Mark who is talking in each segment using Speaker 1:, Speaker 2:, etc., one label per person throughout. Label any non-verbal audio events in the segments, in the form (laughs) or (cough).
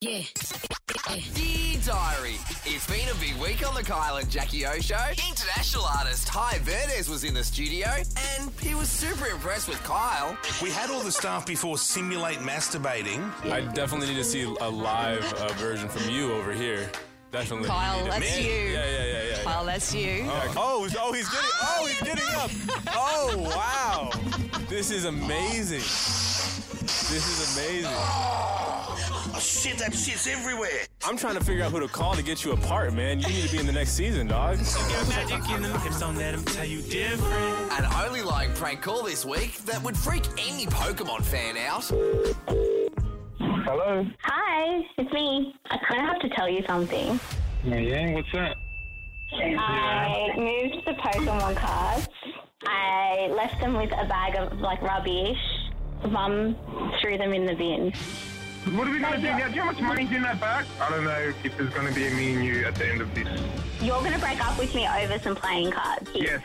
Speaker 1: Yeah.
Speaker 2: Dear Diary, it's been a big week on the Kyle and Jackie O show. International artist Ty Verdes was in the studio and he was super impressed with Kyle.
Speaker 3: We had all the staff before simulate masturbating.
Speaker 4: I definitely need to see a live uh, version from you over here. Definitely.
Speaker 5: Kyle,
Speaker 4: Need it.
Speaker 5: that's
Speaker 4: Yeah,
Speaker 5: you.
Speaker 4: Yeah, yeah, yeah, yeah.
Speaker 5: Kyle, that's you.
Speaker 4: Oh, he's- oh, he's getting, oh, he's getting up. Oh, wow. This is amazing. This is amazing.
Speaker 3: Oh shit, that shit's everywhere.
Speaker 4: I'm trying to figure out who to call to get you apart, man. You need to be in the next season, dog.
Speaker 6: got magic in them hips, don't let them tell you different.
Speaker 2: An only lying prank call this week that would freak any Pokemon fan out.
Speaker 7: Hello.
Speaker 8: Hi, it's me. I kind of have to tell you something.
Speaker 7: Oh, yeah, what's that?
Speaker 8: I moved the Pokemon cards. I left them with a bag of like rubbish. Mum threw them in the bin.
Speaker 7: What are we gonna do now? Do you know how much money's in that bag? I don't know if there's gonna be a me and you at the end of this.
Speaker 8: You're gonna break up with me over some playing cards.
Speaker 7: Yes,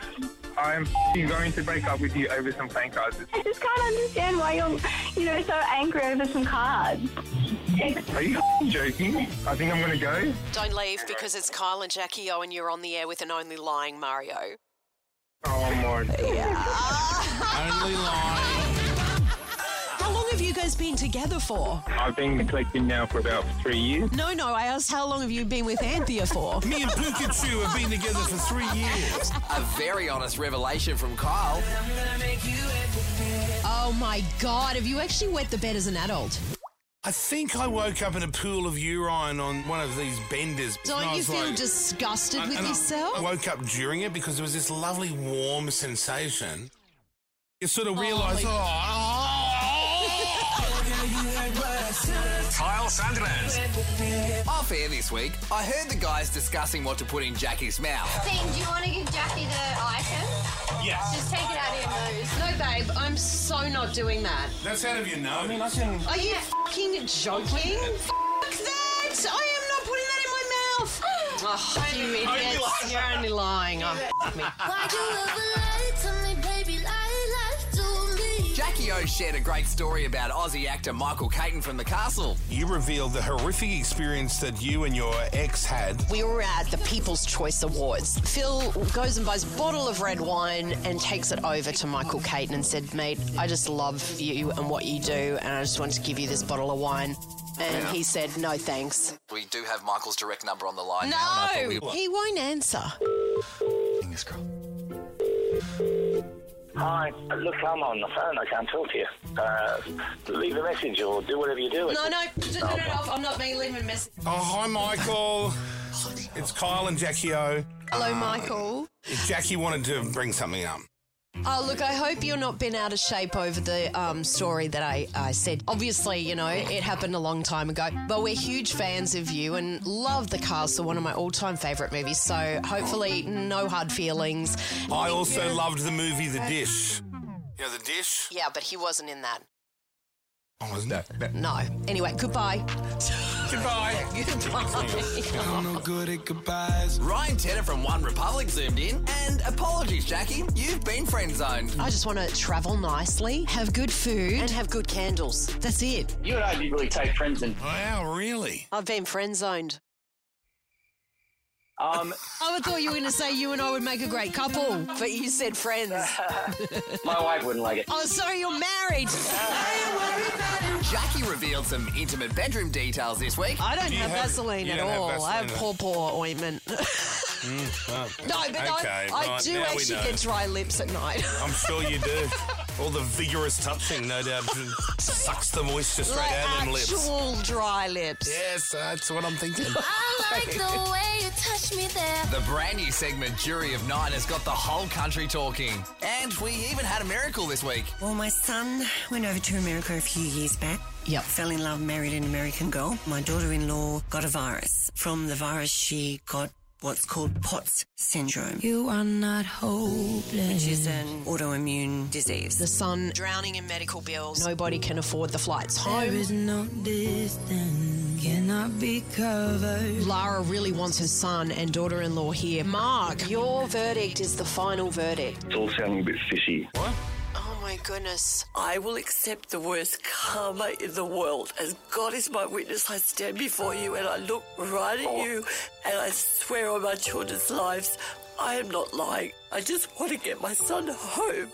Speaker 7: I am f***ing going to break up with you over some playing cards.
Speaker 8: I just can't understand why you're, you know, so angry over some cards.
Speaker 7: Are you f***ing joking? I think I'm gonna go.
Speaker 5: Don't leave because it's Kyle and Jackie O, and you're on the air with an only lying Mario.
Speaker 7: Oh my god.
Speaker 3: Only line.
Speaker 5: How long have you guys been together for?
Speaker 7: I've been collecting now for about three years.
Speaker 5: No, no, I asked how long have you been with Anthea for?
Speaker 3: Me and Pikachu have been together for three years.
Speaker 2: A very honest revelation from Kyle.
Speaker 5: Oh my god, have you actually wet the bed as an adult?
Speaker 3: I think I woke up in a pool of urine on one of these benders. And
Speaker 5: Don't
Speaker 3: I
Speaker 5: you
Speaker 3: was
Speaker 5: feel
Speaker 3: like-
Speaker 5: disgusted
Speaker 3: and-
Speaker 5: with
Speaker 3: and uh, I- I
Speaker 5: yourself?
Speaker 3: woke up during it because there was this lovely warm sensation. You sort of "Oh." realised, oh,
Speaker 6: Kyle Sandilands.
Speaker 2: Off air this week, I heard the guys discussing what to put in Jackie's mouth.
Speaker 9: Dean, do you want to give Jackie the item?
Speaker 3: Yes.
Speaker 9: Just take it out of your nose.
Speaker 5: No, babe, I'm so not doing that.
Speaker 3: that's out of your nose. I mean, I can.
Speaker 5: Are you fucking joking? Fuck that! I am not putting that in my
Speaker 3: (laughs)
Speaker 5: mouth! Oh, you idiots. You're only lying. Oh, fuck me.
Speaker 9: Why'd you ever lie to me, baby? Lie, lie to me.
Speaker 2: Jackie O shared a great story about Aussie actor Michael Caton from the castle.
Speaker 3: You revealed the horrific experience that you and your ex had.
Speaker 5: We were at the People's Choice Awards. Phil goes and buys a bottle of red wine and takes it over to Michael Caton and said, Mate, I just love you and what you do, and I just want to give you this bottle of wine. And he said, No thanks.
Speaker 2: We do have Michael's direct number on the line. now, and I thought
Speaker 5: No!
Speaker 2: we-
Speaker 5: He won't answer.
Speaker 2: Fingers crossed.
Speaker 10: Hi. Look, I'm on the phone. I can't talk to you. Uh, leave a message or do whatever you're doing.
Speaker 5: No, no, turn it off. I'm not being leaving a message.
Speaker 3: Oh, hi, Michael. it's Kyle and Jackie O.
Speaker 5: Hello, Michael.
Speaker 3: If Jackie wanted to bring something up.
Speaker 5: Oh, look, I hope you're not been out of shape over the um, story that I, I said. Obviously, you know, it happened a long time ago, but we're huge fans of you and love The Castle, one of my all time favourite movies. So hopefully, no hard feelings.
Speaker 3: I also loved the movie The Dish. You know, The Dish?
Speaker 5: Yeah, but he wasn't in that.
Speaker 3: Oh, wasn't that? that-
Speaker 5: No. Anyway, goodbye.
Speaker 3: Goodbye.
Speaker 5: goodbye.
Speaker 2: Ryan Tedder from One Republic zoomed in, and apologies, Jackie, you've been friend zoned.
Speaker 5: I just want to travel nicely, have good food, and have good candles. That's it.
Speaker 10: You and I didn't really take friends and.
Speaker 3: Wow, Oh, really?
Speaker 5: I've been friend zoned.
Speaker 10: Um,
Speaker 5: I would thought you were going to say you and I would make a great couple, but you said friends.
Speaker 10: (laughs) my wife wouldn't like it.
Speaker 5: Oh, sorry, you're married.
Speaker 2: Jackie revealed some intimate bedroom details this week.
Speaker 5: I don't
Speaker 3: You
Speaker 5: have,
Speaker 3: have-
Speaker 5: Vaseline
Speaker 3: you
Speaker 5: at
Speaker 3: don't have
Speaker 5: all. I have
Speaker 3: Vaseline. Mm,
Speaker 5: poor, poor ointment. (laughs) no, but I,
Speaker 3: Okay,
Speaker 5: I
Speaker 3: right,
Speaker 5: do
Speaker 3: now we
Speaker 5: actually
Speaker 3: know.
Speaker 5: get dry lips at night.
Speaker 3: I'm sure you do. All the vigorous touching, no doubt, sucks the moisture (laughs) straight
Speaker 5: like
Speaker 3: out of them lips.
Speaker 5: actual dry lips.
Speaker 3: Yes, that's what I'm thinking.
Speaker 9: I like the way you touch me there.
Speaker 2: The brand new segment Jury of Nine has got the whole country talking. And we even had a miracle this week.
Speaker 11: Well, my son went over to America a few years back.
Speaker 5: Yep.
Speaker 11: Fell in love, married an American girl. My daughter in law got a virus. From the virus, she got what's called POTS syndrome,
Speaker 1: You are not hopeless.
Speaker 11: which is an autoimmune disease.
Speaker 5: The sun drowning in medical bills. Nobody can afford the flights
Speaker 1: There
Speaker 5: home.
Speaker 1: is no distance, cannot be covered.
Speaker 5: Lara really wants her son and daughter in law here. Mark, your verdict is the final verdict.
Speaker 7: It's all sounding a bit fishy.
Speaker 5: Oh my goodness.
Speaker 12: I will accept the worst karma in the world. As God is my witness, I stand before you and I look right at you and I swear on my children's lives, I am not lying. I just want to get my son home.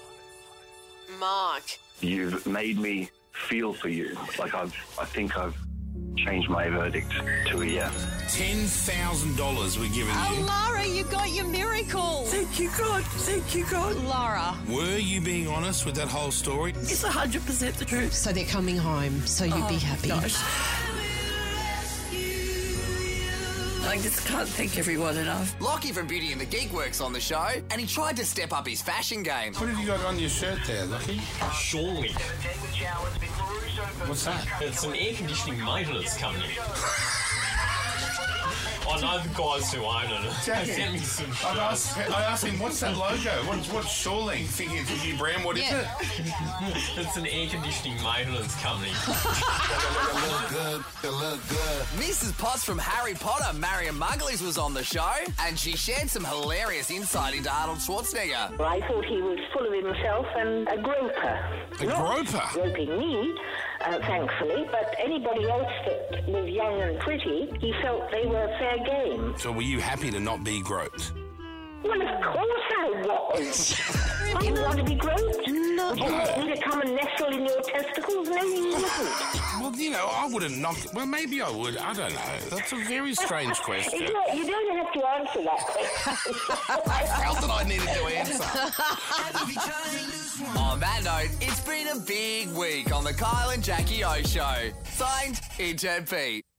Speaker 5: Mark.
Speaker 10: You've made me feel for you. Like I've, I think I've changed my verdict to a yes.
Speaker 3: Ten thousand dollars we're giving you.
Speaker 5: Lara, you got your miracle.
Speaker 12: Thank you, God. Thank you, God.
Speaker 5: Lara.
Speaker 3: Were you being honest with that whole story?
Speaker 12: It's 100% the truth.
Speaker 5: So they're coming home, so you'd be happy.
Speaker 12: I just can't thank everyone enough.
Speaker 2: Lockie from Beauty and the Geek works on the show, and he tried to step up his fashion game.
Speaker 3: What have you got on your shirt there, Lucky? Surely. What's that?
Speaker 13: It's an air conditioning maintenance company. I know the guys who own it. (laughs) They sent me some
Speaker 3: I
Speaker 13: shows.
Speaker 3: asked, I asked him, what's that logo? What, what's Shawling? Thinking it's a new brand, what is it?
Speaker 13: (laughs) it's an air conditioning maintenance company.
Speaker 2: Mrs. Potts from Harry Potter, Marion Mugglies, was on the show, and she shared some hilarious insight into Arnold Schwarzenegger.
Speaker 8: I thought he was full of himself and a groper.
Speaker 3: A groper?
Speaker 8: Groping me, uh, thankfully, but anybody else that was young and pretty, he felt they were fair game.
Speaker 3: So were you happy to not be groped?
Speaker 8: Well, of course I was. I didn't want to be groped. No. Would you want me to come and nestle in your testicles? No, you wouldn't.
Speaker 3: Well, you know, I wouldn't knock. Well, maybe I would. I don't know. That's a very strange question.
Speaker 8: You don't, you don't have to answer that question. I
Speaker 2: felt that I needed to On that note, it's been a big week on the Kyle and Jackie O Show. Signed, Intern Pete.